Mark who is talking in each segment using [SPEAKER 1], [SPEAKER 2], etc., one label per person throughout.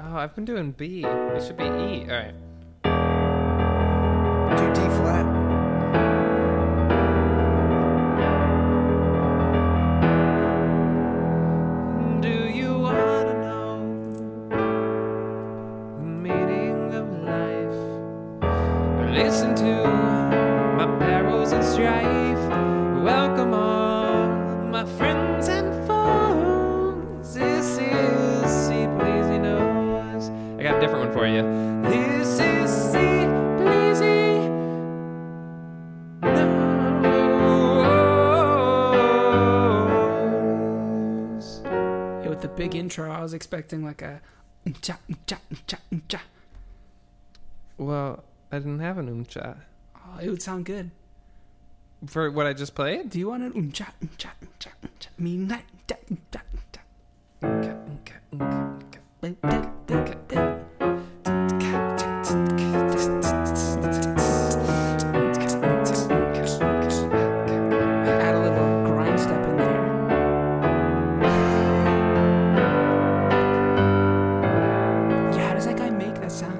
[SPEAKER 1] Oh, I've been doing B. It should be E. All right.
[SPEAKER 2] Do D flat.
[SPEAKER 1] Do you wanna know the meaning of life? Listen to my perils and strife. Welcome all my friends and foes. This is C Pleasy Knows. I got a different one for you. This is C Pleasy Knows.
[SPEAKER 3] Yeah, with the big intro, I was expecting like a. "Mm-cha, mm-cha, mm-cha, mm-cha."
[SPEAKER 1] Well, I didn't have an umcha
[SPEAKER 3] Oh, it would sound good.
[SPEAKER 1] for what I just played.
[SPEAKER 3] Do you want an umcha, umcha, umcha, umcha, midnight, da, da, da, da, da, da, da, da. Add a little grind step in there. Yeah, how does that guy make that sound?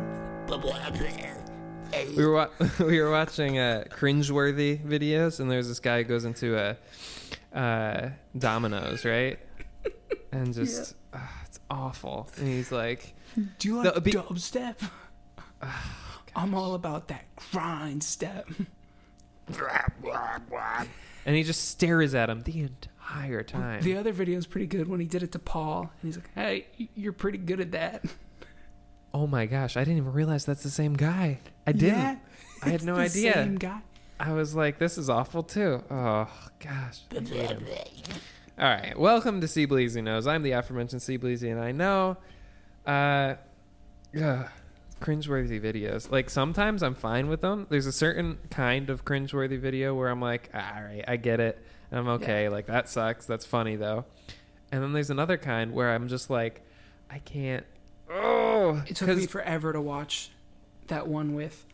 [SPEAKER 1] We were wa- we were watching uh, cringeworthy videos, and there's this guy who goes into a uh, Domino's, right? And just ah, it's awful. And he's like,
[SPEAKER 3] Do you
[SPEAKER 1] No,
[SPEAKER 3] want a
[SPEAKER 1] be-
[SPEAKER 3] dubstep? I'm all about that grind step.
[SPEAKER 1] and he just stares at him the entire time.
[SPEAKER 3] The other video is pretty good when he did it to Paul, and he's like, "Hey, y- you're pretty good at that."
[SPEAKER 1] oh my gosh, I didn't even realize that's the same guy. I didn't.
[SPEAKER 3] Yeah,
[SPEAKER 1] I had
[SPEAKER 3] it's
[SPEAKER 1] no
[SPEAKER 3] the
[SPEAKER 1] idea.
[SPEAKER 3] Same guy.
[SPEAKER 1] I was like, this is awful too. Oh gosh. I hate him. All right, welcome to C Bleezy Knows. I'm the aforementioned C Bleezy, and I know, uh, ugh, cringeworthy videos. Like sometimes I'm fine with them. There's a certain kind of cringeworthy video where I'm like, "Ah, all right, I get it, and I'm okay. Like that sucks. That's funny though. And then there's another kind where I'm just like, I can't. Oh,
[SPEAKER 3] It took me forever to watch that one with,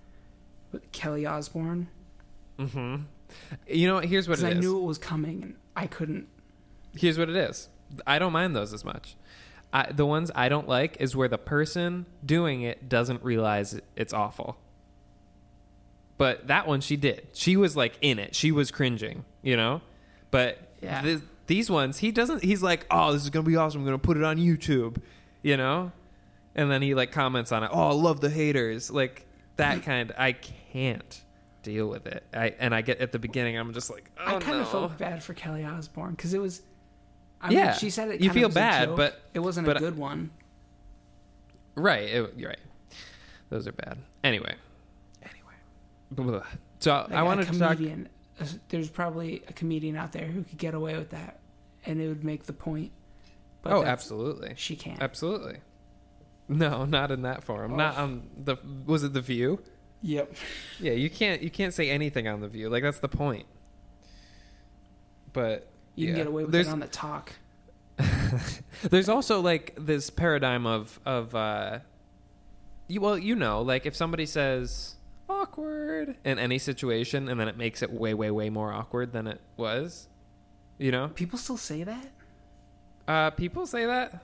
[SPEAKER 3] with Kelly Osbourne
[SPEAKER 1] hmm you know what? Here's what it
[SPEAKER 3] because
[SPEAKER 1] is.
[SPEAKER 3] I knew it was coming and I couldn't.
[SPEAKER 1] here's what it is i don't mind those as much I, the ones i don't like is where the person doing it doesn't realize it's awful but that one she did she was like in it she was cringing you know but
[SPEAKER 3] Yeah.
[SPEAKER 1] th- these ones he doesn't he's like oh this is gonna be awesome i'm gonna put it on youtube you know and then he like comments on it oh i love the haters like that kind i can't deal with it i and i get at the beginning i'm just like oh,
[SPEAKER 3] I kind
[SPEAKER 1] no.
[SPEAKER 3] of felt bad for Kelly Osbourne because it was. I mean,
[SPEAKER 1] Yeah,
[SPEAKER 3] she said it.
[SPEAKER 1] you
[SPEAKER 3] kind of
[SPEAKER 1] feel
[SPEAKER 3] was a
[SPEAKER 1] bad,
[SPEAKER 3] joke.
[SPEAKER 1] but-
[SPEAKER 3] it wasn't
[SPEAKER 1] but I-
[SPEAKER 3] a good one.
[SPEAKER 1] Right. It, you're right. Those are bad. Anyway. Anyway. Blah. So
[SPEAKER 3] Like
[SPEAKER 1] I
[SPEAKER 3] a
[SPEAKER 1] wanted to talk.
[SPEAKER 3] comedian. a- There's probably a comedian out there who could get away with that, and it would make the point. But
[SPEAKER 1] Oh,
[SPEAKER 3] that's-
[SPEAKER 1] absolutely.
[SPEAKER 3] She can't.
[SPEAKER 1] Absolutely. No, not in that forum.
[SPEAKER 3] Oh.
[SPEAKER 1] Not on the. Was it the View?
[SPEAKER 3] Yep.
[SPEAKER 1] Yeah, you can't. You can't say anything on the View. Like that's the point. But
[SPEAKER 3] You can
[SPEAKER 1] yeah.
[SPEAKER 3] get away with
[SPEAKER 1] There's-
[SPEAKER 3] it on the talk.
[SPEAKER 1] There's also like this paradigm of of uh you well, you know, like if somebody says awkward in any situation and then it makes it way way way more awkward than it was, you know?
[SPEAKER 3] People still say that?
[SPEAKER 1] Uh people say that.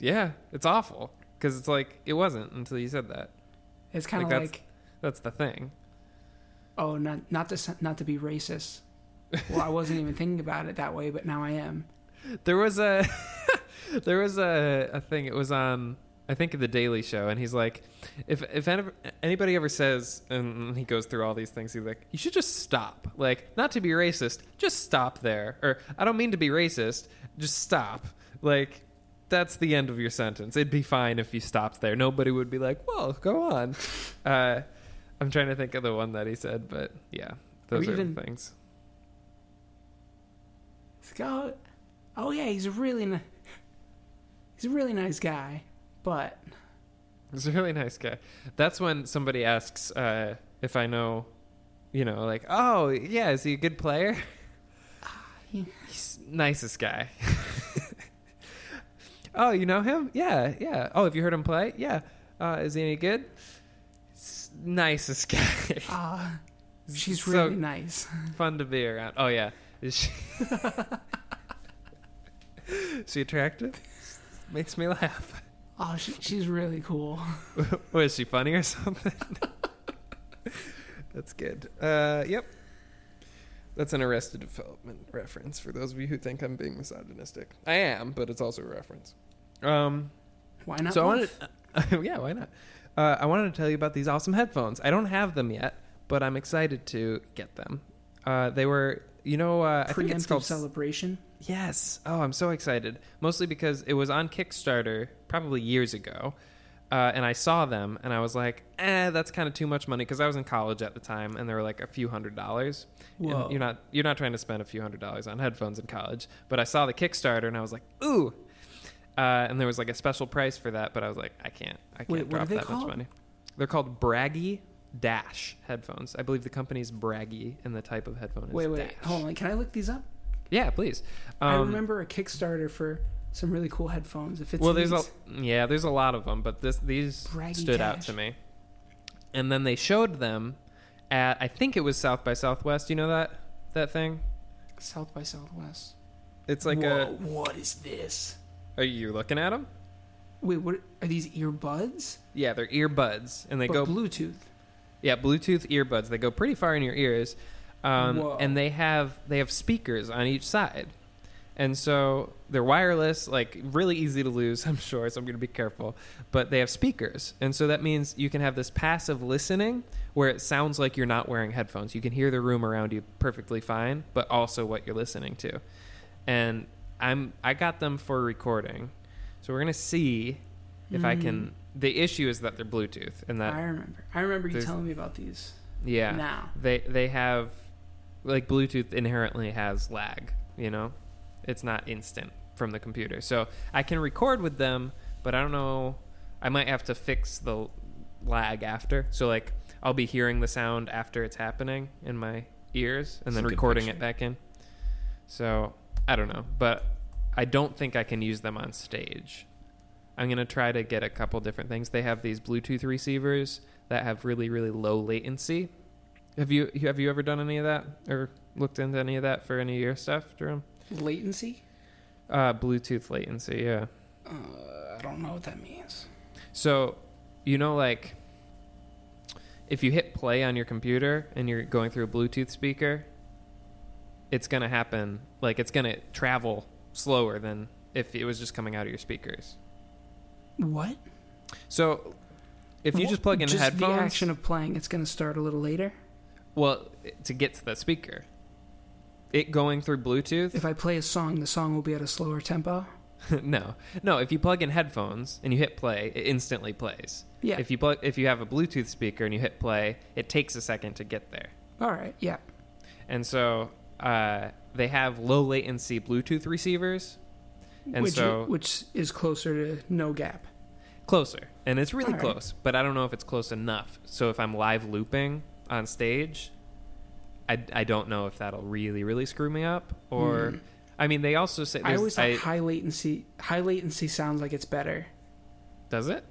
[SPEAKER 1] Yeah, it's awful cuz it's like it wasn't until you said that.
[SPEAKER 3] It's kind of
[SPEAKER 1] Like,
[SPEAKER 3] like,
[SPEAKER 1] that's- That's the thing.
[SPEAKER 3] oh, not not to s- not to be racist. Well, I wasn't even thinking about it that way, but now I am.
[SPEAKER 1] There was a there was a, a thing. It was on I think the Daily Show, and he's like, if if any- anybody ever says, and he goes through all these things, he's like, you should just stop. Like, not to be racist, just stop there. Or I don't mean to be racist, just stop. Like. That's the end of your sentence. It'd be fine if you stopped there. Nobody would be like, "Well, go on." Uh, I'm trying to think of the one that he said, but yeah, those are
[SPEAKER 3] even-
[SPEAKER 1] the things.
[SPEAKER 3] It's like, oh, oh yeah, he's a really ni- he's a really nice guy, but
[SPEAKER 1] He's a really nice guy. That's when somebody asks uh, if I know, you know, like, oh, yeah, is he a good player?
[SPEAKER 3] he-
[SPEAKER 1] He's nicest guy. oh, you know him? Yeah, yeah. Oh, have you heard him play? Yeah. Uh, is he any good? S- nicest guy.
[SPEAKER 3] uh, she's
[SPEAKER 1] So-
[SPEAKER 3] really nice.
[SPEAKER 1] Fun to be around. Oh, yeah. Is she, is she attractive? Makes me laugh.
[SPEAKER 3] Oh, she, she's really cool.
[SPEAKER 1] What is she funny or something? That's good. Uh, yep. That's an Arrested Development reference for those of you who think I'm being misogynistic. I am, but it's also a reference. Um,
[SPEAKER 3] Why not?
[SPEAKER 1] so I
[SPEAKER 3] both?
[SPEAKER 1] wanted, yeah, why not? Uh, I wanted to tell you about these awesome headphones. I don't have them yet, but I'm excited to get them. Uh, they were, you know, uh, I think it's
[SPEAKER 3] Preemptive
[SPEAKER 1] called
[SPEAKER 3] celebration.
[SPEAKER 1] Yes. Oh, I'm so excited. Mostly because it was on Kickstarter probably years ago. Uh, and I saw them and I was like, eh, that's kind of too much money because I was in college at the time and they were like a few hundred dollars. And
[SPEAKER 3] Whoa.
[SPEAKER 1] You're not you're not trying to spend a few hundred dollars on headphones in college. But I saw the Kickstarter and I was like, ooh. Uh, and there was like a special price for that, but I was like, I can't, I can't
[SPEAKER 3] Wait, what are
[SPEAKER 1] drop
[SPEAKER 3] they
[SPEAKER 1] that much
[SPEAKER 3] called?
[SPEAKER 1] money. They're called Braggy Dash headphones. I believe the company's Braggy and the type of headphone is
[SPEAKER 3] Wait, wait,
[SPEAKER 1] Dash.
[SPEAKER 3] hold on. Can I look these up?
[SPEAKER 1] Yeah, please.
[SPEAKER 3] I
[SPEAKER 1] Um,
[SPEAKER 3] remember a Kickstarter for some really cool headphones. If it's
[SPEAKER 1] well, there's a
[SPEAKER 3] these-
[SPEAKER 1] yeah, there's a lot of them, but this these
[SPEAKER 3] Braggy
[SPEAKER 1] stood out
[SPEAKER 3] Dash.
[SPEAKER 1] to me. And then they showed them at I think it was South by Southwest. You know that that thing?
[SPEAKER 3] South by Southwest.
[SPEAKER 1] It's like
[SPEAKER 3] Whoa, what is this?
[SPEAKER 1] a. Are you looking at them?
[SPEAKER 3] Wait, what are these earbuds?
[SPEAKER 1] Yeah, they're earbuds, and they
[SPEAKER 3] but
[SPEAKER 1] go
[SPEAKER 3] Bluetooth.
[SPEAKER 1] yeah Bluetooth earbuds. They go pretty far in your ears, um,
[SPEAKER 3] Whoa.
[SPEAKER 1] and they have they have speakers on each side, and so they're wireless, like really easy to lose. I'm sure, so I'm going to be careful. But they have speakers, and so that means you can have this passive listening where it sounds like you're not wearing headphones. You can hear the room around you perfectly fine, but also what you're listening to. And I'm I got them for recording, so we're going to see if I can. The issue is that they're Bluetooth, and that
[SPEAKER 3] I remember. I remember you
[SPEAKER 1] there's-
[SPEAKER 3] telling me about these.
[SPEAKER 1] yeah.
[SPEAKER 3] Now.
[SPEAKER 1] They they have like Bluetooth inherently has lag, you know? It's not instant from the computer. So I can record with them, but I don't know I might have to fix the lag after. So like I'll be hearing the sound after it's happening in my ears and
[SPEAKER 3] That's
[SPEAKER 1] then
[SPEAKER 3] a good
[SPEAKER 1] recording
[SPEAKER 3] picture.
[SPEAKER 1] it back in. So I don't know, but I don't think I can use them on stage. I'm gonna try to get a couple different things. They have these Bluetooth receivers that have really really low latency. Have you you- have you ever done any of that or looked into any of that for any of your stuff, Jerome?
[SPEAKER 3] Latency?
[SPEAKER 1] Uh, Bluetooth latency, yeah.
[SPEAKER 3] Uh, I don't know what that means.
[SPEAKER 1] So, you know, like if you hit play on your computer and you're going through a Bluetooth speaker, it's gonna happen. Like it's gonna travel slower than if it was just coming out of your speakers.
[SPEAKER 3] What?
[SPEAKER 1] So, if you
[SPEAKER 3] Wha-
[SPEAKER 1] just plug in
[SPEAKER 3] just
[SPEAKER 1] headphones,
[SPEAKER 3] the action of playing, it's going to start a little later.
[SPEAKER 1] well, to get to the speaker, it going through Bluetooth.
[SPEAKER 3] If I play a song, the song will be at a slower tempo.
[SPEAKER 1] no, no. If you plug in headphones and you hit play, it instantly plays.
[SPEAKER 3] Yeah.
[SPEAKER 1] If you plug, if you have a Bluetooth speaker and you hit play, it takes a second to get there.
[SPEAKER 3] All right. Yeah.
[SPEAKER 1] And so uh, they have low latency Bluetooth receivers, and
[SPEAKER 3] which,
[SPEAKER 1] so
[SPEAKER 3] which is closer to no gap.
[SPEAKER 1] closer. And it's really
[SPEAKER 3] All right.
[SPEAKER 1] close, but I don't know if it's close enough. So if I'm live looping on stage, I, I don't know if that'll really really screw me up. Or I mean, they also say
[SPEAKER 3] Hmm. I
[SPEAKER 1] there's-
[SPEAKER 3] always thought
[SPEAKER 1] I-
[SPEAKER 3] high latency. High latency sounds like it's better.
[SPEAKER 1] does it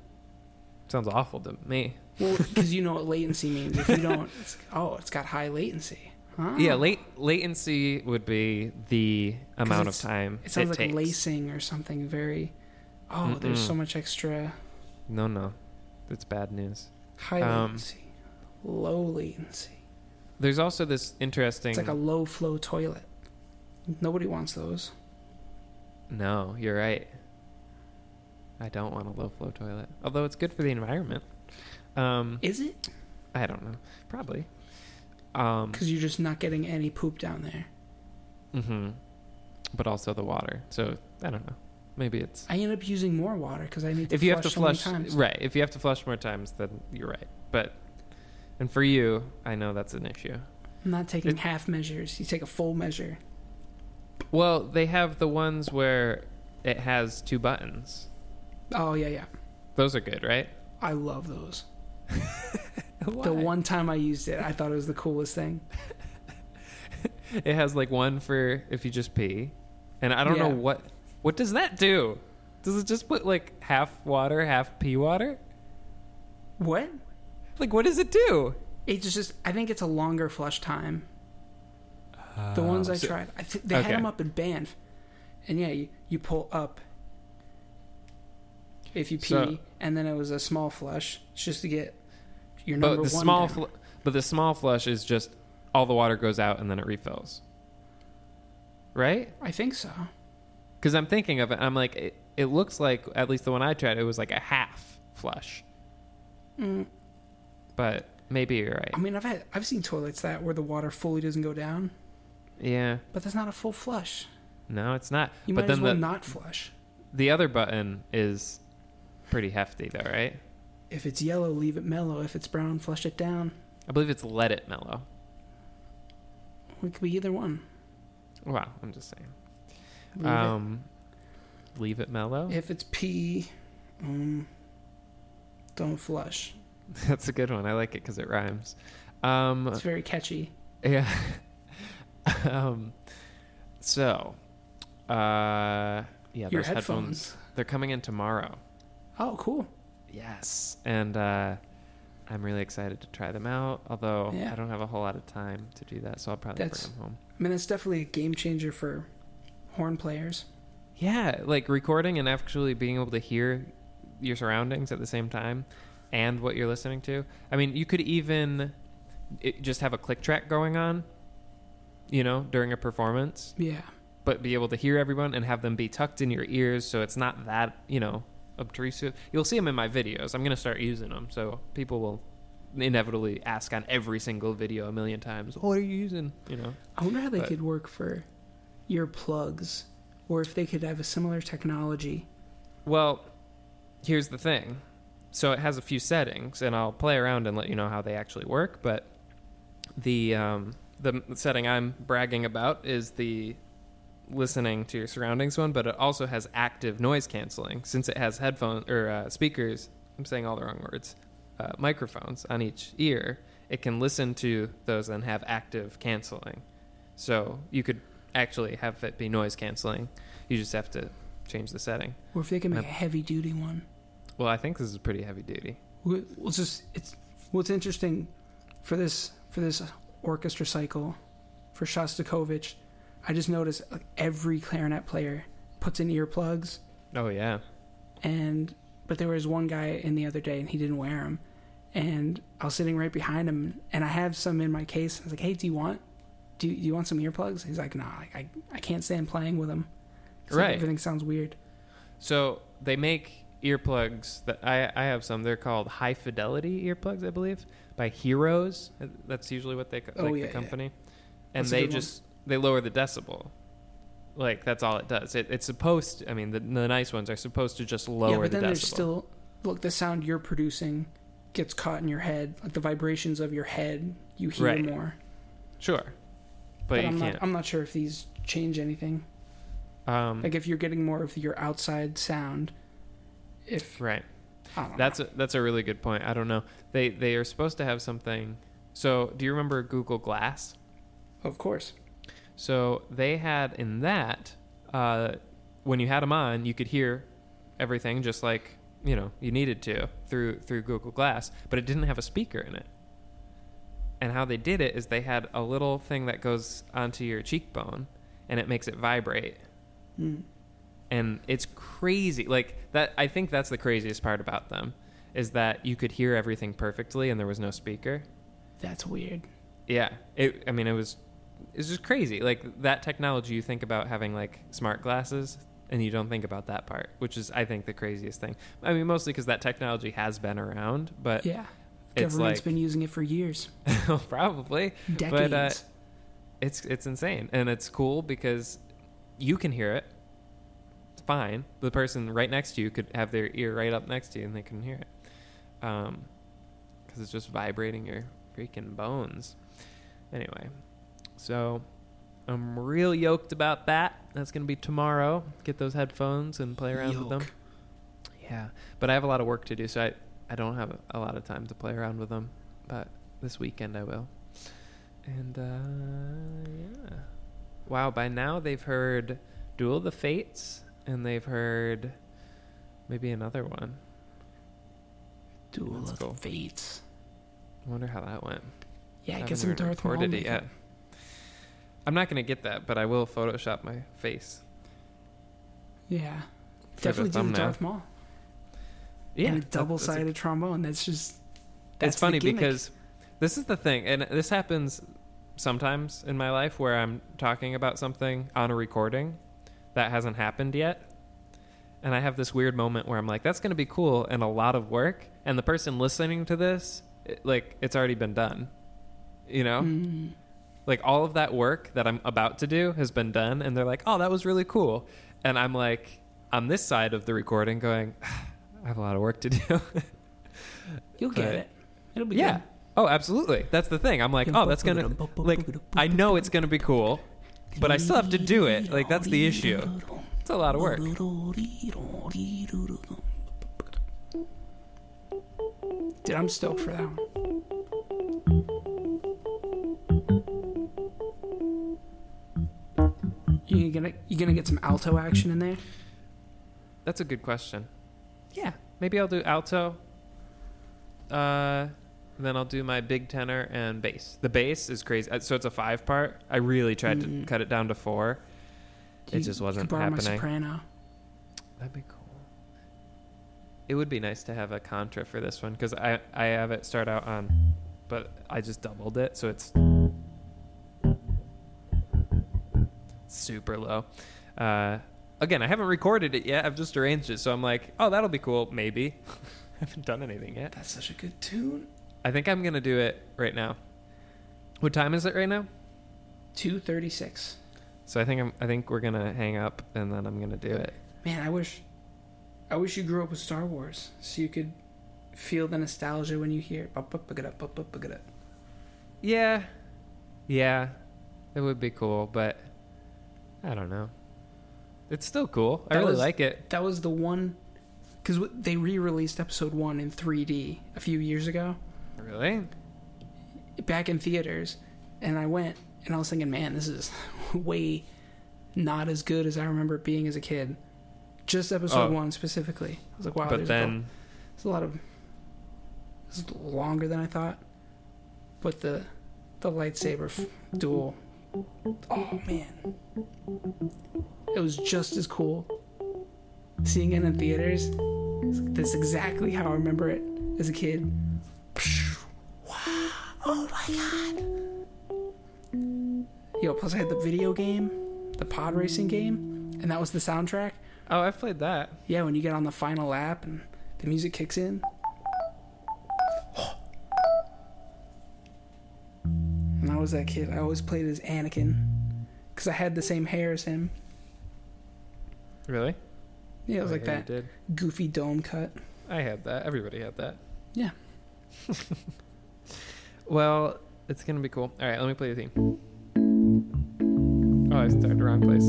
[SPEAKER 1] sounds awful to me.
[SPEAKER 3] Well, because you know what latency means. If you don't, it's, oh, it's got high latency. Huh?
[SPEAKER 1] Yeah, late latency would be the amount of
[SPEAKER 3] it's-
[SPEAKER 1] time
[SPEAKER 3] It sounds like
[SPEAKER 1] takes.
[SPEAKER 3] lacing or something very. Oh, there's so much extra
[SPEAKER 1] No, no, that's bad news.
[SPEAKER 3] high
[SPEAKER 1] Um,
[SPEAKER 3] latency, low latency.
[SPEAKER 1] There's also this interesting.
[SPEAKER 3] It's like a low flow toilet. Nobody wants those.
[SPEAKER 1] No, you're right. I don't want a low flow toilet, although it's good for the environment. Um,
[SPEAKER 3] Is it?
[SPEAKER 1] I don't know, probably. Um,
[SPEAKER 3] Because you're just not getting any poop down there.
[SPEAKER 1] hmm But also the water, so I don't know. Maybe it's
[SPEAKER 3] I end up using more water because I need to
[SPEAKER 1] if you have to
[SPEAKER 3] so many
[SPEAKER 1] flush
[SPEAKER 3] times.
[SPEAKER 1] right. If you have to flush more times, then you're right. But and for you, I know that's an issue.
[SPEAKER 3] I'm not taking
[SPEAKER 1] It-
[SPEAKER 3] half measures. You take a full measure.
[SPEAKER 1] Well, they have the ones where it has two buttons.
[SPEAKER 3] Oh yeah, yeah.
[SPEAKER 1] Those are good, right?
[SPEAKER 3] I love those.
[SPEAKER 1] Why?
[SPEAKER 3] The one time I used it, I thought it was the coolest thing.
[SPEAKER 1] it has like one for if you just pee, and I don't know
[SPEAKER 3] Yeah.
[SPEAKER 1] what what does that do. Does it just put like half water, half pee water?
[SPEAKER 3] What?
[SPEAKER 1] Like, what does it do?
[SPEAKER 3] It's just. I think it's a longer flush time. The ones I
[SPEAKER 1] Uh, so-
[SPEAKER 3] tried, I th- they had
[SPEAKER 1] okay.
[SPEAKER 3] 'em had them up in Banff, and yeah, you, you pull up, if you pee,
[SPEAKER 1] So-
[SPEAKER 3] and then it was a small flush. It's just to get your number
[SPEAKER 1] But the
[SPEAKER 3] one.
[SPEAKER 1] small,
[SPEAKER 3] down.
[SPEAKER 1] fl- but the small flush is just all the water goes out and then it refills, right?
[SPEAKER 3] I think so.
[SPEAKER 1] Because I'm thinking of it, I'm like, it, it looks like at least the one I tried, it was like a half flush.
[SPEAKER 3] Mm.
[SPEAKER 1] But maybe you're right.
[SPEAKER 3] I mean, I've had I've seen toilets that where the water fully doesn't go down,
[SPEAKER 1] Yeah,
[SPEAKER 3] but that's not a full flush.
[SPEAKER 1] no, it's not.
[SPEAKER 3] You
[SPEAKER 1] but
[SPEAKER 3] might as
[SPEAKER 1] then
[SPEAKER 3] well
[SPEAKER 1] the
[SPEAKER 3] not flush.
[SPEAKER 1] the other button is pretty hefty though, right?
[SPEAKER 3] If it's yellow, leave it mellow. If it's brown, flush it down.
[SPEAKER 1] I believe it's let it mellow.
[SPEAKER 3] It could be either one.
[SPEAKER 1] Wow, I'm just saying.
[SPEAKER 3] Leave it.
[SPEAKER 1] um, leave it mellow.
[SPEAKER 3] If it's pee, um, don't flush.
[SPEAKER 1] That's a good one. I like it because it rhymes. Um,
[SPEAKER 3] It's very catchy.
[SPEAKER 1] Yeah. um, so, uh, yeah,
[SPEAKER 3] Your
[SPEAKER 1] those headphones.
[SPEAKER 3] headphones.
[SPEAKER 1] They're coming in tomorrow.
[SPEAKER 3] Oh, cool.
[SPEAKER 1] Yes. And uh, I'm really excited to try them out, although
[SPEAKER 3] Yeah.
[SPEAKER 1] I don't have a whole lot of time to do that, so I'll probably
[SPEAKER 3] That's-
[SPEAKER 1] bring them home.
[SPEAKER 3] I mean, that's definitely a game changer for horn players.
[SPEAKER 1] Yeah, like recording and actually being able to hear your surroundings at the same time and what you're listening to. I mean, you could even it, just have a click track going on, you know, during a performance.
[SPEAKER 3] Yeah.
[SPEAKER 1] but be able to hear everyone and have them be tucked in your ears so it's not that you know obtrusive you'll see them in my videos i'm going to start using them so people will inevitably ask on every single video a million times what are you using you know
[SPEAKER 3] I wonder how they
[SPEAKER 1] But-
[SPEAKER 3] could work for your plugs, or if they could have a similar technology.
[SPEAKER 1] well here's the thing so it has a few settings and i'll play around and let you know how they actually work but the um, the setting i'm bragging about is the listening to your surroundings one, but it also has active noise canceling since it has headphones or uh, speakers. I'm saying all the wrong words. Uh, microphones on each ear. It can listen to those and have active canceling. So you could actually have it be noise canceling. You just have to change the setting.
[SPEAKER 3] Or if they could make
[SPEAKER 1] Yep.
[SPEAKER 3] a heavy duty one.
[SPEAKER 1] Well, I think this is pretty heavy duty.
[SPEAKER 3] Wh- Well, it's just it's what's interesting for this for this orchestra cycle for Shostakovich. I just noticed like every clarinet player puts in earplugs,
[SPEAKER 1] Oh yeah.
[SPEAKER 3] and but there was one guy in the other day and he didn't wear them, and I was sitting right behind him and I have some in my case. I was like, hey, do you want? Do you, do you want some earplugs? He's like, nah, like, I, I can't stand playing with them.
[SPEAKER 1] Right.
[SPEAKER 3] everything sounds weird.
[SPEAKER 1] So they make earplugs that I, I have some. They're called high fidelity earplugs, I believe, by Heroes. Uh, That's usually what they ca-
[SPEAKER 3] Oh,
[SPEAKER 1] like
[SPEAKER 3] yeah,
[SPEAKER 1] the
[SPEAKER 3] yeah.
[SPEAKER 1] company, and
[SPEAKER 3] That's a
[SPEAKER 1] they
[SPEAKER 3] good one.
[SPEAKER 1] just they lower the decibel. Like that's all it does. It, it's supposed. I mean, the, the nice ones are supposed to just lower
[SPEAKER 3] yeah, but
[SPEAKER 1] the
[SPEAKER 3] then
[SPEAKER 1] decibel.
[SPEAKER 3] there's still look the sound you're producing gets caught in your head, like the vibrations of your head. You hear
[SPEAKER 1] Right.
[SPEAKER 3] more,
[SPEAKER 1] sure, but, you
[SPEAKER 3] I'm
[SPEAKER 1] can't. Mm-hmm.
[SPEAKER 3] not. I'm not sure if these change anything.
[SPEAKER 1] um,
[SPEAKER 3] Like if you're getting more of your outside sound, if
[SPEAKER 1] right.
[SPEAKER 3] I don't know.
[SPEAKER 1] That's a, that's a really good point. I don't know. They they are supposed to have something. So do you remember Google Glass?
[SPEAKER 3] of course.
[SPEAKER 1] So they had in that, uh, when you had them on, you could hear everything just like you know you needed to through through Google Glass, but it didn't have a speaker in it. And how they did it is they had a little thing that goes onto your cheekbone, and it makes it vibrate,
[SPEAKER 3] Mm.
[SPEAKER 1] and it's crazy. Like that, I think that's the craziest part about them is that you could hear everything perfectly, and there was no speaker.
[SPEAKER 3] That's weird.
[SPEAKER 1] Yeah. It. I mean, it was. It's just crazy. Like that technology, you think about having like smart glasses, and you don't think about that part, which is, I think, the craziest thing. I mean, mostly because that technology has been around, but
[SPEAKER 3] Yeah,
[SPEAKER 1] Uh, it's
[SPEAKER 3] government's
[SPEAKER 1] like uh,
[SPEAKER 3] been using it for years,
[SPEAKER 1] probably
[SPEAKER 3] decades.
[SPEAKER 1] it's it's insane, and it's cool because you can hear it. It's fine. The person right next to you could have their ear right up next to you, and they can hear it, because it's just vibrating your freaking bones. Anyway, so I'm real yoked about that. That's gonna be tomorrow. Get those headphones and play around with them.
[SPEAKER 3] Yoke.
[SPEAKER 1] Yeah, but I have a lot of work to do, so I I don't have a lot of time to play around with them. But this weekend I will. And uh, yeah, wow. By now they've heard Duel of the Fates, and they've heard maybe another one.
[SPEAKER 3] Duel
[SPEAKER 1] That's
[SPEAKER 3] of
[SPEAKER 1] cool.
[SPEAKER 3] Fates.
[SPEAKER 1] I wonder how that went.
[SPEAKER 3] Yeah,
[SPEAKER 1] I
[SPEAKER 3] get some
[SPEAKER 1] haven't
[SPEAKER 3] Darth Maul.
[SPEAKER 1] recorded it
[SPEAKER 3] makeup.
[SPEAKER 1] yet. I'm not gonna get that, but I will Photoshop my face.
[SPEAKER 3] Yeah,
[SPEAKER 1] for the
[SPEAKER 3] definitely do the
[SPEAKER 1] thumbnail.
[SPEAKER 3] Darth Maul.
[SPEAKER 1] Yeah,
[SPEAKER 3] and a
[SPEAKER 1] that- that's a-
[SPEAKER 3] double sided trombone. That's just that's
[SPEAKER 1] it's
[SPEAKER 3] the
[SPEAKER 1] funny
[SPEAKER 3] gimmick.
[SPEAKER 1] because this is the thing, and this happens sometimes in my life where I'm talking about something on a recording that hasn't happened yet. And I have this weird moment where I'm like, that's going to be cool and a lot of work. And the person listening to this, it, like, it's already been done. You know?
[SPEAKER 3] Mm.
[SPEAKER 1] Like, all of that work that I'm about to do has been done. And they're like, oh, that was really cool. And I'm like, on this side of the recording, going, "Ah, I have a lot of work to do.
[SPEAKER 3] you'll get
[SPEAKER 1] but-
[SPEAKER 3] it. It'll be
[SPEAKER 1] uh, Yeah.
[SPEAKER 3] good.
[SPEAKER 1] Oh, absolutely. That's the thing. I'm like, oh, that's gonna like I know it's gonna be cool, but I still have to do it. Like that's the issue. It's a lot of work.
[SPEAKER 3] Dude, I'm stoked for that one. You gonna you gonna get some alto action in there?
[SPEAKER 1] That's a good question. Yeah. Maybe I'll do alto. Uh, then I'll do my big tenor and bass. The bass is crazy. Uh, So it's a five part. I really tried to cut it down to four. It
[SPEAKER 3] You-
[SPEAKER 1] just
[SPEAKER 3] you
[SPEAKER 1] wasn't
[SPEAKER 3] could borrow My
[SPEAKER 1] happening.
[SPEAKER 3] soprano.
[SPEAKER 1] That'd be cool. It would be nice to have a contra for this one because I I have it start out on, but I just doubled it, so it's super low. Uh, again, I haven't recorded it yet. I've just arranged it, so I'm like, oh, that'll be cool, maybe. I haven't done anything yet.
[SPEAKER 3] That's such a good tune.
[SPEAKER 1] I think I'm gonna do it right now. What time is it right now?
[SPEAKER 3] Two thirty six.
[SPEAKER 1] So I think I'm, I think we're gonna hang up and then I'm gonna do it.
[SPEAKER 3] Man, I wish, I wish you grew up with Star Wars so you could feel the nostalgia when you hear. it. Bup, bup, bup, bup, bup, bup, bup, bup.
[SPEAKER 1] Yeah. Yeah. It would be cool, but I don't know. It's still cool. I
[SPEAKER 3] That
[SPEAKER 1] really
[SPEAKER 3] was-
[SPEAKER 1] like it.
[SPEAKER 3] That was the one, because they re-released Episode One in 3D a few years ago,
[SPEAKER 1] Really?
[SPEAKER 3] back in theaters, and I went and I was thinking, man, this is way not as good as I remember it being as a kid. Just Episode
[SPEAKER 1] Oh.
[SPEAKER 3] One specifically. I was like, wow,
[SPEAKER 1] but
[SPEAKER 3] there's a,
[SPEAKER 1] then
[SPEAKER 3] It's a lot of. It's longer than I thought, but the the lightsaber f- duel. Oh man, it was just as cool. Seeing it in theaters, it's- that's exactly how I remember it as a kid. Psh, wow, Oh my god! Yo, plus I had the video game, the pod racing game, and that was the soundtrack.
[SPEAKER 1] Oh, I've played that.
[SPEAKER 3] Yeah, when you get on the final lap and the music kicks in. When I was that kid, I always played as Anakin because I had the same hair as him.
[SPEAKER 1] Really?
[SPEAKER 3] Yeah, it was
[SPEAKER 1] Oh,
[SPEAKER 3] like
[SPEAKER 1] yeah, you
[SPEAKER 3] that
[SPEAKER 1] did.
[SPEAKER 3] goofy dome cut.
[SPEAKER 1] I had that. Everybody had that.
[SPEAKER 3] Yeah.
[SPEAKER 1] Well, it's gonna be cool. Alright, let me play the theme. Oh, I started the wrong place.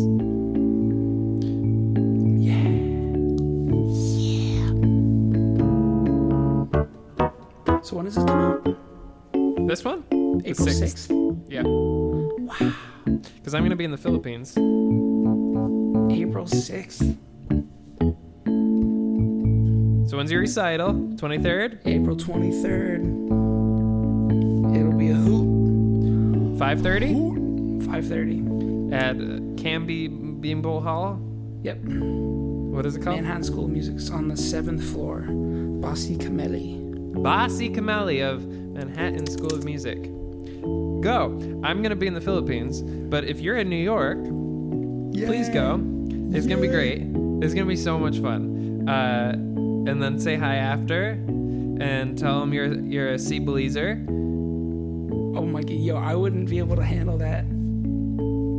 [SPEAKER 3] So when does this come out?
[SPEAKER 1] This one? The
[SPEAKER 3] April
[SPEAKER 1] sixth.
[SPEAKER 3] sixth.
[SPEAKER 1] Yeah. Wow. Because I'm gonna be in the Philippines.
[SPEAKER 3] April sixth.
[SPEAKER 1] So when's your recital? Twenty third?
[SPEAKER 3] April twenty third. It'll be a hoot.
[SPEAKER 1] Five thirty?
[SPEAKER 3] Five thirty.
[SPEAKER 1] At uh, Canby Beamble Hall?
[SPEAKER 3] Yep.
[SPEAKER 1] What is it called?
[SPEAKER 3] Manhattan School of Music's on the seventh floor. Bossy Camelli.
[SPEAKER 1] Bossy Kamali of Manhattan School of Music. Go. I'm going to be in the Philippines, but if you're in New York, please go. It's going to be great. It's going to be so much fun. Uh, and then say hi after and tell them you're, you're a sea beliezer.
[SPEAKER 3] Oh my god, yo, I wouldn't be able to handle that.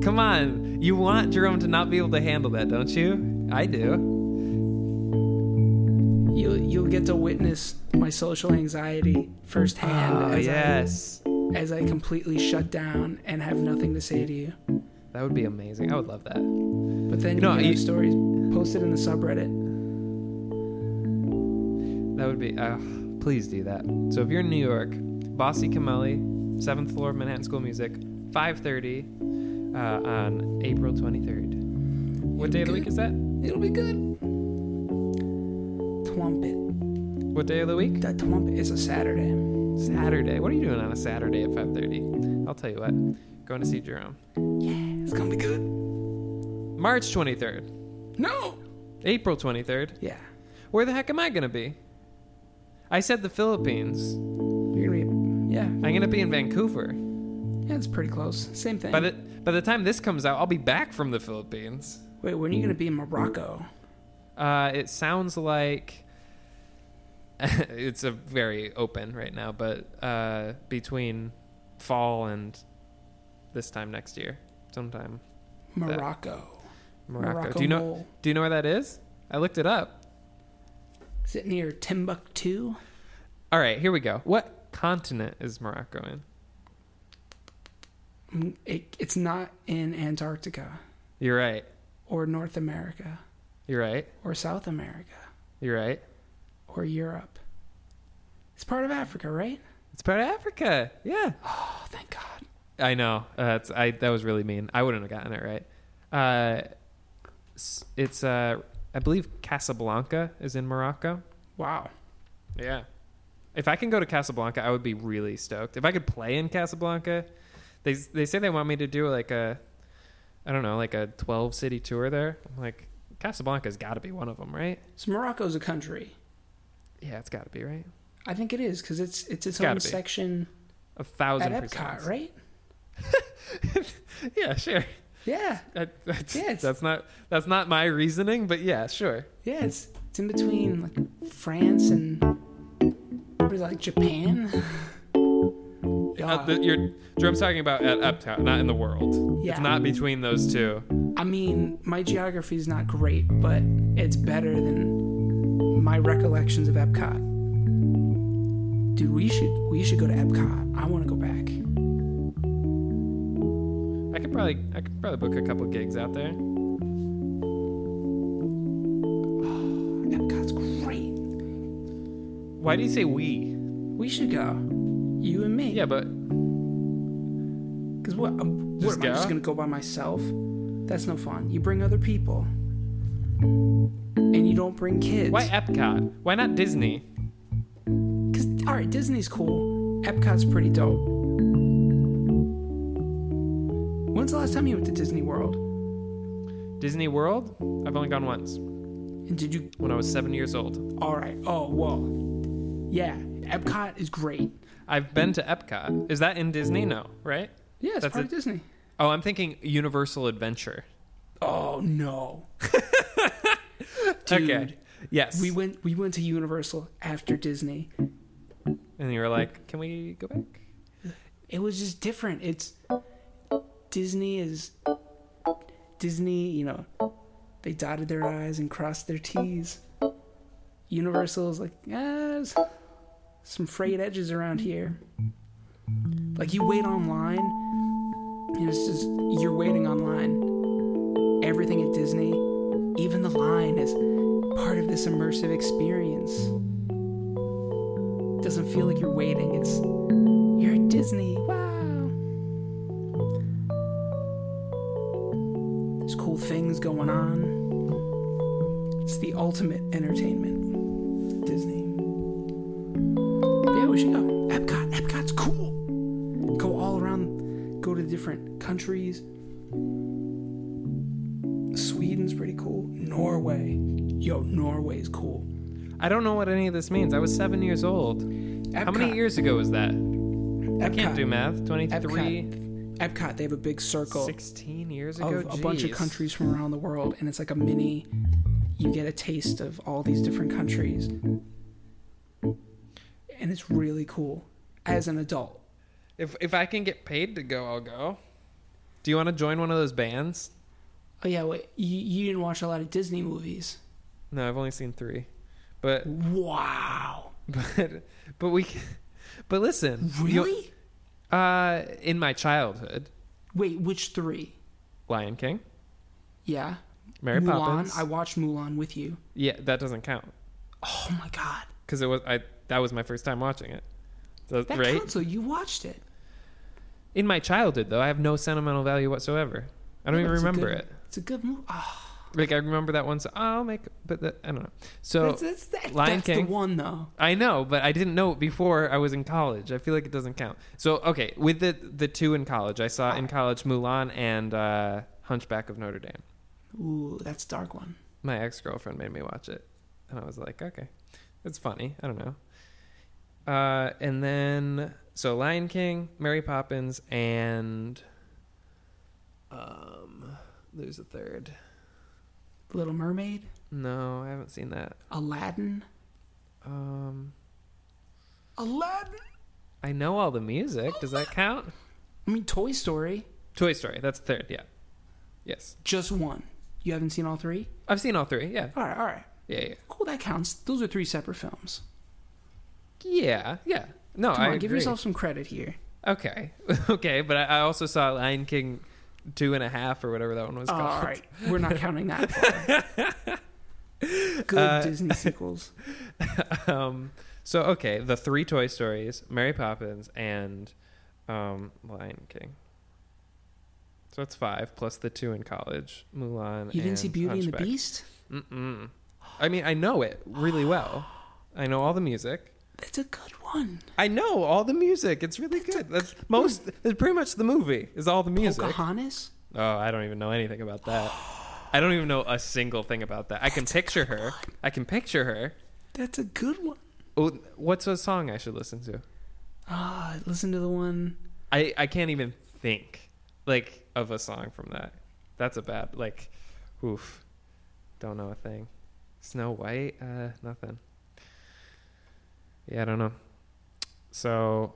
[SPEAKER 1] Come on. You want Jerome to not be able to handle that, don't you? I do.
[SPEAKER 3] You'll you'll get to witness my social anxiety firsthand
[SPEAKER 1] Oh,
[SPEAKER 3] as,
[SPEAKER 1] yes.
[SPEAKER 3] I, as I completely shut down and have nothing to say to you.
[SPEAKER 1] That would be amazing. I would love that.
[SPEAKER 3] But then
[SPEAKER 1] You
[SPEAKER 3] you
[SPEAKER 1] know,
[SPEAKER 3] know,
[SPEAKER 1] you-
[SPEAKER 3] stories posted in the subreddit.
[SPEAKER 1] That would be. Uh, please do that. So if you're in New York, Bossy Kamali, seventh floor of Manhattan School of Music, 5:30 uh, on April 23rd. What day of the week is that?
[SPEAKER 3] It'll be good. Twompet.
[SPEAKER 1] What day of the week?
[SPEAKER 3] That twompet is a Saturday.
[SPEAKER 1] Saturday. What are you doing on a Saturday at 5:30? I'll tell you what. Going to see Jerome.
[SPEAKER 3] It's gonna be good.
[SPEAKER 1] March 23rd,
[SPEAKER 3] No.
[SPEAKER 1] April 23rd.
[SPEAKER 3] Yeah.
[SPEAKER 1] Where the heck am I gonna be? I said the Philippines.
[SPEAKER 3] You're gonna be, yeah,
[SPEAKER 1] I'm gonna be in Vancouver.
[SPEAKER 3] yeah, it's pretty close. Same thing.
[SPEAKER 1] By the by the time this comes out, I'll be back from the Philippines.
[SPEAKER 3] Wait, when are you gonna be in Morocco?
[SPEAKER 1] Uh, it sounds like it's a very open right now, but uh, between fall and this time next year, sometime
[SPEAKER 3] Morocco.
[SPEAKER 1] Morocco. do you know?
[SPEAKER 3] Mole.
[SPEAKER 1] Do you know where that is? I looked it up.
[SPEAKER 3] Is it near Timbuktu?
[SPEAKER 1] All right, here we go. What continent is Morocco in?
[SPEAKER 3] Mm, It, it's not in Antarctica
[SPEAKER 1] You're right.
[SPEAKER 3] or North America
[SPEAKER 1] You're right.
[SPEAKER 3] or South America
[SPEAKER 1] You're right.
[SPEAKER 3] or Europe. It's part of Africa, right?
[SPEAKER 1] It's part of Africa. Yeah.
[SPEAKER 3] Oh, thank God.
[SPEAKER 1] I know. Uh, that's I. That was really mean. I wouldn't have gotten it right. Uh, s- it's uh, I believe Casablanca is in Morocco.
[SPEAKER 3] Wow.
[SPEAKER 1] Yeah. If I can go to Casablanca, I would be really stoked. If I could play in Casablanca, they they say they want me to do like a, I don't know, like a twelve city tour there. I'm like Casablanca's got to be one of them, right?
[SPEAKER 3] So Morocco's a country.
[SPEAKER 1] Yeah, it's got to be right.
[SPEAKER 3] I think it is because it's it's its
[SPEAKER 1] It's gotta
[SPEAKER 3] own
[SPEAKER 1] be.
[SPEAKER 3] section
[SPEAKER 1] A
[SPEAKER 3] at
[SPEAKER 1] thousand percent.
[SPEAKER 3] Epcot, right?
[SPEAKER 1] Yeah, sure.
[SPEAKER 3] Yeah,
[SPEAKER 1] That, that's,
[SPEAKER 3] Yeah, it's-
[SPEAKER 1] that's not that's not my reasoning, but yeah, sure.
[SPEAKER 3] yeah. It's it's in between like France and what is it, like Japan.
[SPEAKER 1] Uh,
[SPEAKER 3] Yeah.
[SPEAKER 1] the, your Jerome's talking about at Epcot, not in the world.
[SPEAKER 3] Yeah.
[SPEAKER 1] It's not between those two.
[SPEAKER 3] I mean, my geography is not great, but it's better than my recollections of Epcot. Dude, we should we should go to Epcot. I want to go back.
[SPEAKER 1] I could probably I could probably book a couple gigs out there.
[SPEAKER 3] Epcot's great.
[SPEAKER 1] Why do you say we?
[SPEAKER 3] We should go. You and me.
[SPEAKER 1] Yeah, but
[SPEAKER 3] Because what? Um, what
[SPEAKER 1] Just
[SPEAKER 3] am I
[SPEAKER 1] go?
[SPEAKER 3] just gonna go by myself? That's no fun. You bring other people, and you don't bring kids.
[SPEAKER 1] why uh, Epcot? Why not Disney?
[SPEAKER 3] Because all right, Disney's cool. Epcot's pretty dope. When's the last time you went to Disney World?
[SPEAKER 1] Disney World? I've only gone once
[SPEAKER 3] And did you?
[SPEAKER 1] when I was seven years old.
[SPEAKER 3] All right. Oh well. Yeah, Epcot is great.
[SPEAKER 1] I've been to Epcot. Is that in Disney? No, right?
[SPEAKER 3] Yeah, it's
[SPEAKER 1] That's
[SPEAKER 3] part
[SPEAKER 1] it.
[SPEAKER 3] of Disney.
[SPEAKER 1] Oh, I'm thinking Universal Adventure.
[SPEAKER 3] Oh no. Dude,
[SPEAKER 1] Okay. Yes.
[SPEAKER 3] we went we went to Universal after Disney.
[SPEAKER 1] and you were like, can we go back?
[SPEAKER 3] it was just different. It's Disney is Disney, you know, they dotted their I's and crossed their T's. Universal is like, ah, there's some frayed edges around here. Like you wait online, and it's just you're waiting online. Everything at Disney, even the line, is part of this immersive experience. Doesn't feel like you're waiting. It's you're at Disney. Wow. There's cool things going on. It's the ultimate entertainment. Disney. But yeah, we should go. Epcot. Epcot's cool. Go all around, go to different countries. Sweden's pretty cool. Norway. Yo, Norway's cool.
[SPEAKER 1] I don't know what any of this means. I was seven years old. How many
[SPEAKER 3] Epcot.
[SPEAKER 1] years ago was that?
[SPEAKER 3] Epcot.
[SPEAKER 1] Can't do math. 23,
[SPEAKER 3] Epcot. Epcot, they have a big circle.
[SPEAKER 1] 16 years ago.
[SPEAKER 3] of a bunch of
[SPEAKER 1] Jeez.
[SPEAKER 3] countries from around the world, and it's like a mini. You get a taste of all these different countries, and it's really cool as an adult.
[SPEAKER 1] If if I can get paid to go, I'll go. Do you want to join one of those bands?
[SPEAKER 3] Oh yeah, wait, you, you didn't watch a lot of Disney movies.
[SPEAKER 1] No, I've only seen three, but
[SPEAKER 3] Wow,
[SPEAKER 1] but but we, can- but listen, you-
[SPEAKER 3] really?
[SPEAKER 1] uh, in my childhood,
[SPEAKER 3] Wait, which three?
[SPEAKER 1] Lion King,
[SPEAKER 3] Yeah,
[SPEAKER 1] Mary
[SPEAKER 3] Mulan.
[SPEAKER 1] Poppins.
[SPEAKER 3] I watched Mulan with you.
[SPEAKER 1] yeah, that doesn't count
[SPEAKER 3] Oh my god,
[SPEAKER 1] because it was I. That was my first time watching it. So,
[SPEAKER 3] that
[SPEAKER 1] right
[SPEAKER 3] counts. though. You watched it.
[SPEAKER 1] in my childhood, though, I have no sentimental value whatsoever. I don't
[SPEAKER 3] Yeah,
[SPEAKER 1] even
[SPEAKER 3] that's a
[SPEAKER 1] remember
[SPEAKER 3] good-
[SPEAKER 1] it.
[SPEAKER 3] It's a good movie. Oh,
[SPEAKER 1] Like I remember that one. So "Oh, I'll make, but that, I don't know. So
[SPEAKER 3] that's, that's, that-
[SPEAKER 1] Lion
[SPEAKER 3] that's
[SPEAKER 1] King.
[SPEAKER 3] the one though.
[SPEAKER 1] I know, but I didn't know it before I was in college. I feel like it doesn't count. So okay, with the the two in college, I saw in college Mulan and uh, Hunchback of Notre Dame.
[SPEAKER 3] Ooh, that's a dark one.
[SPEAKER 1] My ex girlfriend made me watch it, and I was like, okay, it's funny. I don't know. Uh, and then so Lion King, Mary Poppins, and um, there's a third.
[SPEAKER 3] Little Mermaid,
[SPEAKER 1] No, I haven't seen that.
[SPEAKER 3] Aladdin,
[SPEAKER 1] Um,
[SPEAKER 3] Aladdin.
[SPEAKER 1] I know all the music. Does that count?
[SPEAKER 3] I mean, Toy Story,
[SPEAKER 1] Toy Story. That's third. Yeah. Yes,
[SPEAKER 3] just one. You haven't seen all three?
[SPEAKER 1] I've seen all three. Yeah.
[SPEAKER 3] All right, all right.
[SPEAKER 1] Yeah. Yeah.
[SPEAKER 3] Cool, that counts. Those are three separate films.
[SPEAKER 1] Yeah. yeah. No,
[SPEAKER 3] Come
[SPEAKER 1] I
[SPEAKER 3] on, give
[SPEAKER 1] agree.
[SPEAKER 3] yourself some credit here.
[SPEAKER 1] Okay. Okay, but I, I also saw Lion King two and a half or whatever that one was
[SPEAKER 3] Oh, all
[SPEAKER 1] called.
[SPEAKER 3] right, we're not counting that. far. Good
[SPEAKER 1] Uh,
[SPEAKER 3] Disney sequels.
[SPEAKER 1] um so okay, the three Toy Stories, Mary Poppins, and um Lion King. So that's five plus the two in college, Mulan.
[SPEAKER 3] You didn't see
[SPEAKER 1] and
[SPEAKER 3] Beauty and the
[SPEAKER 1] Hunchback.
[SPEAKER 3] Beast?
[SPEAKER 1] Mm-mm. I mean, I know it really well. I know all the music.
[SPEAKER 3] That's a good one.
[SPEAKER 1] I know all the music. It's really good. That's most. That's pretty much the movie. Is all the music.
[SPEAKER 3] Pocahontas?
[SPEAKER 1] Oh, I don't even know anything about that. I don't even know a single thing about that. I can picture her. I can picture her.
[SPEAKER 3] That's a good one.
[SPEAKER 1] Oh, what's a song I should listen to?
[SPEAKER 3] Ah, listen to the one.
[SPEAKER 1] I I can't even think like of a song from that. That's a bad like. Oof, don't know a thing. Snow White, uh, nothing. Yeah, I don't know. So,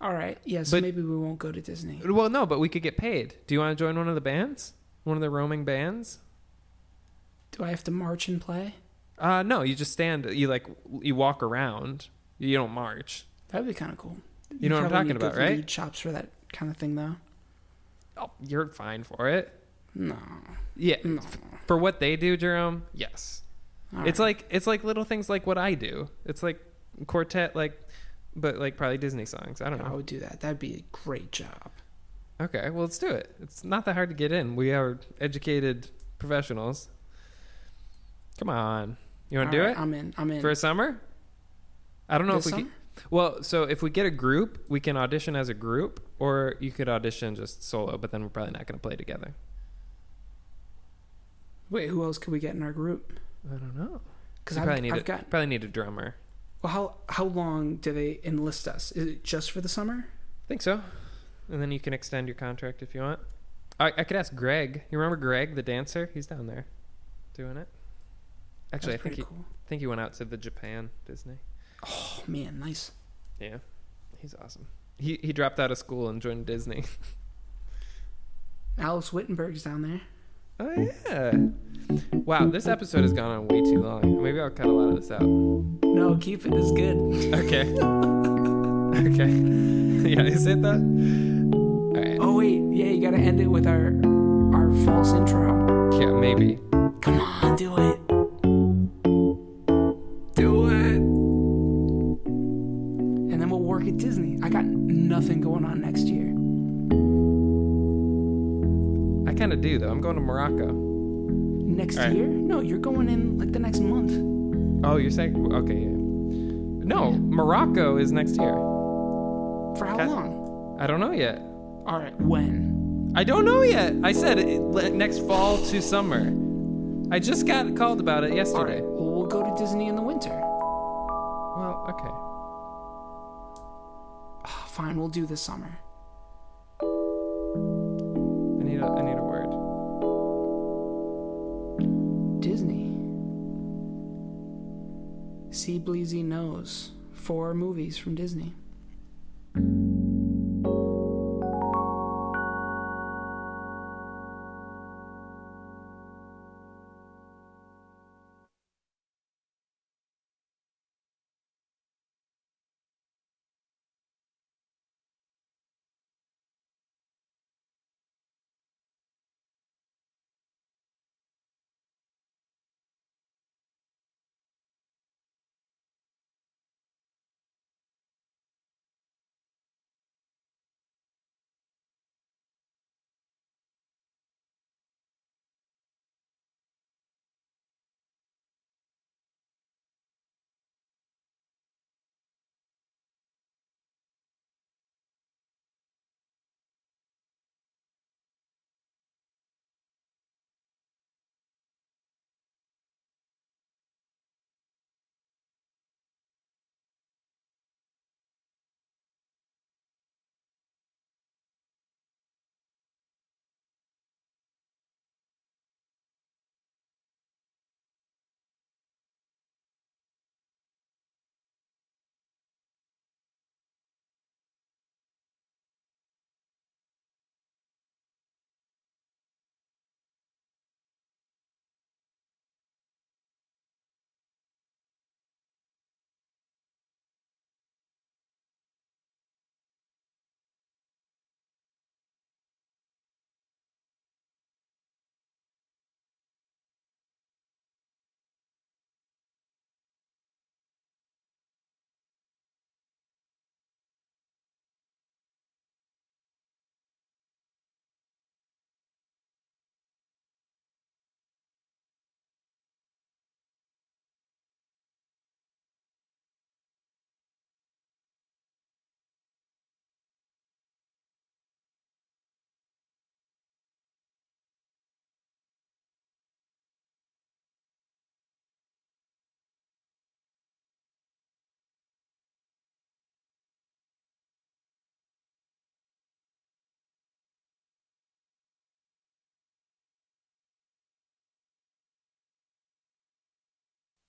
[SPEAKER 3] All right, yeah, so
[SPEAKER 1] But-
[SPEAKER 3] maybe we won't go to Disney.
[SPEAKER 1] well, no, but we could get paid. Do you want to join one of the bands? One of the roaming bands?
[SPEAKER 3] Do I have to march and play?
[SPEAKER 1] Uh, no, you just stand. You like you walk around. You don't march.
[SPEAKER 3] That'd be kind of cool. You,
[SPEAKER 1] know what I'm
[SPEAKER 3] probably
[SPEAKER 1] talking
[SPEAKER 3] need good
[SPEAKER 1] about, right?
[SPEAKER 3] lead chops for that kind of thing, though.
[SPEAKER 1] Oh, you're fine for it.
[SPEAKER 3] No,
[SPEAKER 1] Yeah,
[SPEAKER 3] no.
[SPEAKER 1] for what they do, Jerome. Yes,
[SPEAKER 3] All
[SPEAKER 1] it's
[SPEAKER 3] right.
[SPEAKER 1] like it's like little things like what I do. It's like quartet, like but like probably Disney songs. I don't
[SPEAKER 3] I
[SPEAKER 1] know.
[SPEAKER 3] would do that. That'd be a great job. Oh.
[SPEAKER 1] Okay, well let's do it. It's not that hard to get in. We are educated professionals. Come on, you want
[SPEAKER 3] All
[SPEAKER 1] to do
[SPEAKER 3] right,
[SPEAKER 1] it
[SPEAKER 3] I'm in. I'm in.
[SPEAKER 1] for a summer? I don't know
[SPEAKER 3] This
[SPEAKER 1] if we.
[SPEAKER 3] summer?
[SPEAKER 1] Can, well, so if we get a group, we can audition as a group, or you could audition just solo. But then we're probably not going to play together.
[SPEAKER 3] Wait, who else could we get in our group?
[SPEAKER 1] I don't know.
[SPEAKER 3] Because
[SPEAKER 1] You
[SPEAKER 3] I've,
[SPEAKER 1] probably need
[SPEAKER 3] I've
[SPEAKER 1] a,
[SPEAKER 3] got.
[SPEAKER 1] probably need a drummer.
[SPEAKER 3] Well, how how long do they enlist us? Is it just for the summer?
[SPEAKER 1] think so. And then you can extend your contract if you want. I, I could ask Greg. You remember Greg, the dancer? He's down there doing it. Actually, I think
[SPEAKER 3] That's pretty
[SPEAKER 1] he,
[SPEAKER 3] cool.
[SPEAKER 1] I think he went out to the Japan Disney.
[SPEAKER 3] Oh man, nice.
[SPEAKER 1] Yeah, he's awesome. He he dropped out of school and joined Disney.
[SPEAKER 3] Alice Wittenberg's down there.
[SPEAKER 1] Oh yeah! Wow, this episode has gone on way too long. Maybe I'll cut a lot of this out.
[SPEAKER 3] No, keep it. It's good.
[SPEAKER 1] Okay. okay. yeah, is it that? All right.
[SPEAKER 3] Oh wait, yeah, you gotta end it with our our false intro.
[SPEAKER 1] Yeah, maybe.
[SPEAKER 3] Come on, do it. Do it. And then we'll work at Disney. I got nothing going on next year.
[SPEAKER 1] I kind of do though. I'm going to Morocco.
[SPEAKER 3] Next
[SPEAKER 1] All right.
[SPEAKER 3] year? No, you're going in like the next month.
[SPEAKER 1] Oh, you're saying? Okay. Yeah. No, Morocco is next year.
[SPEAKER 3] For how
[SPEAKER 1] Okay.
[SPEAKER 3] long?
[SPEAKER 1] I don't know yet.
[SPEAKER 3] All right, when?
[SPEAKER 1] I don't know yet. I said it- le- next fall to summer. I just got called about it
[SPEAKER 3] All
[SPEAKER 1] yesterday.
[SPEAKER 3] right, well, we'll go to Disney in the winter.
[SPEAKER 1] Well, okay.
[SPEAKER 3] Ah, Fine, we'll do this summer.
[SPEAKER 1] I need a, I need a word.
[SPEAKER 3] Disney. See Bleezy Knows. Four movies from Disney.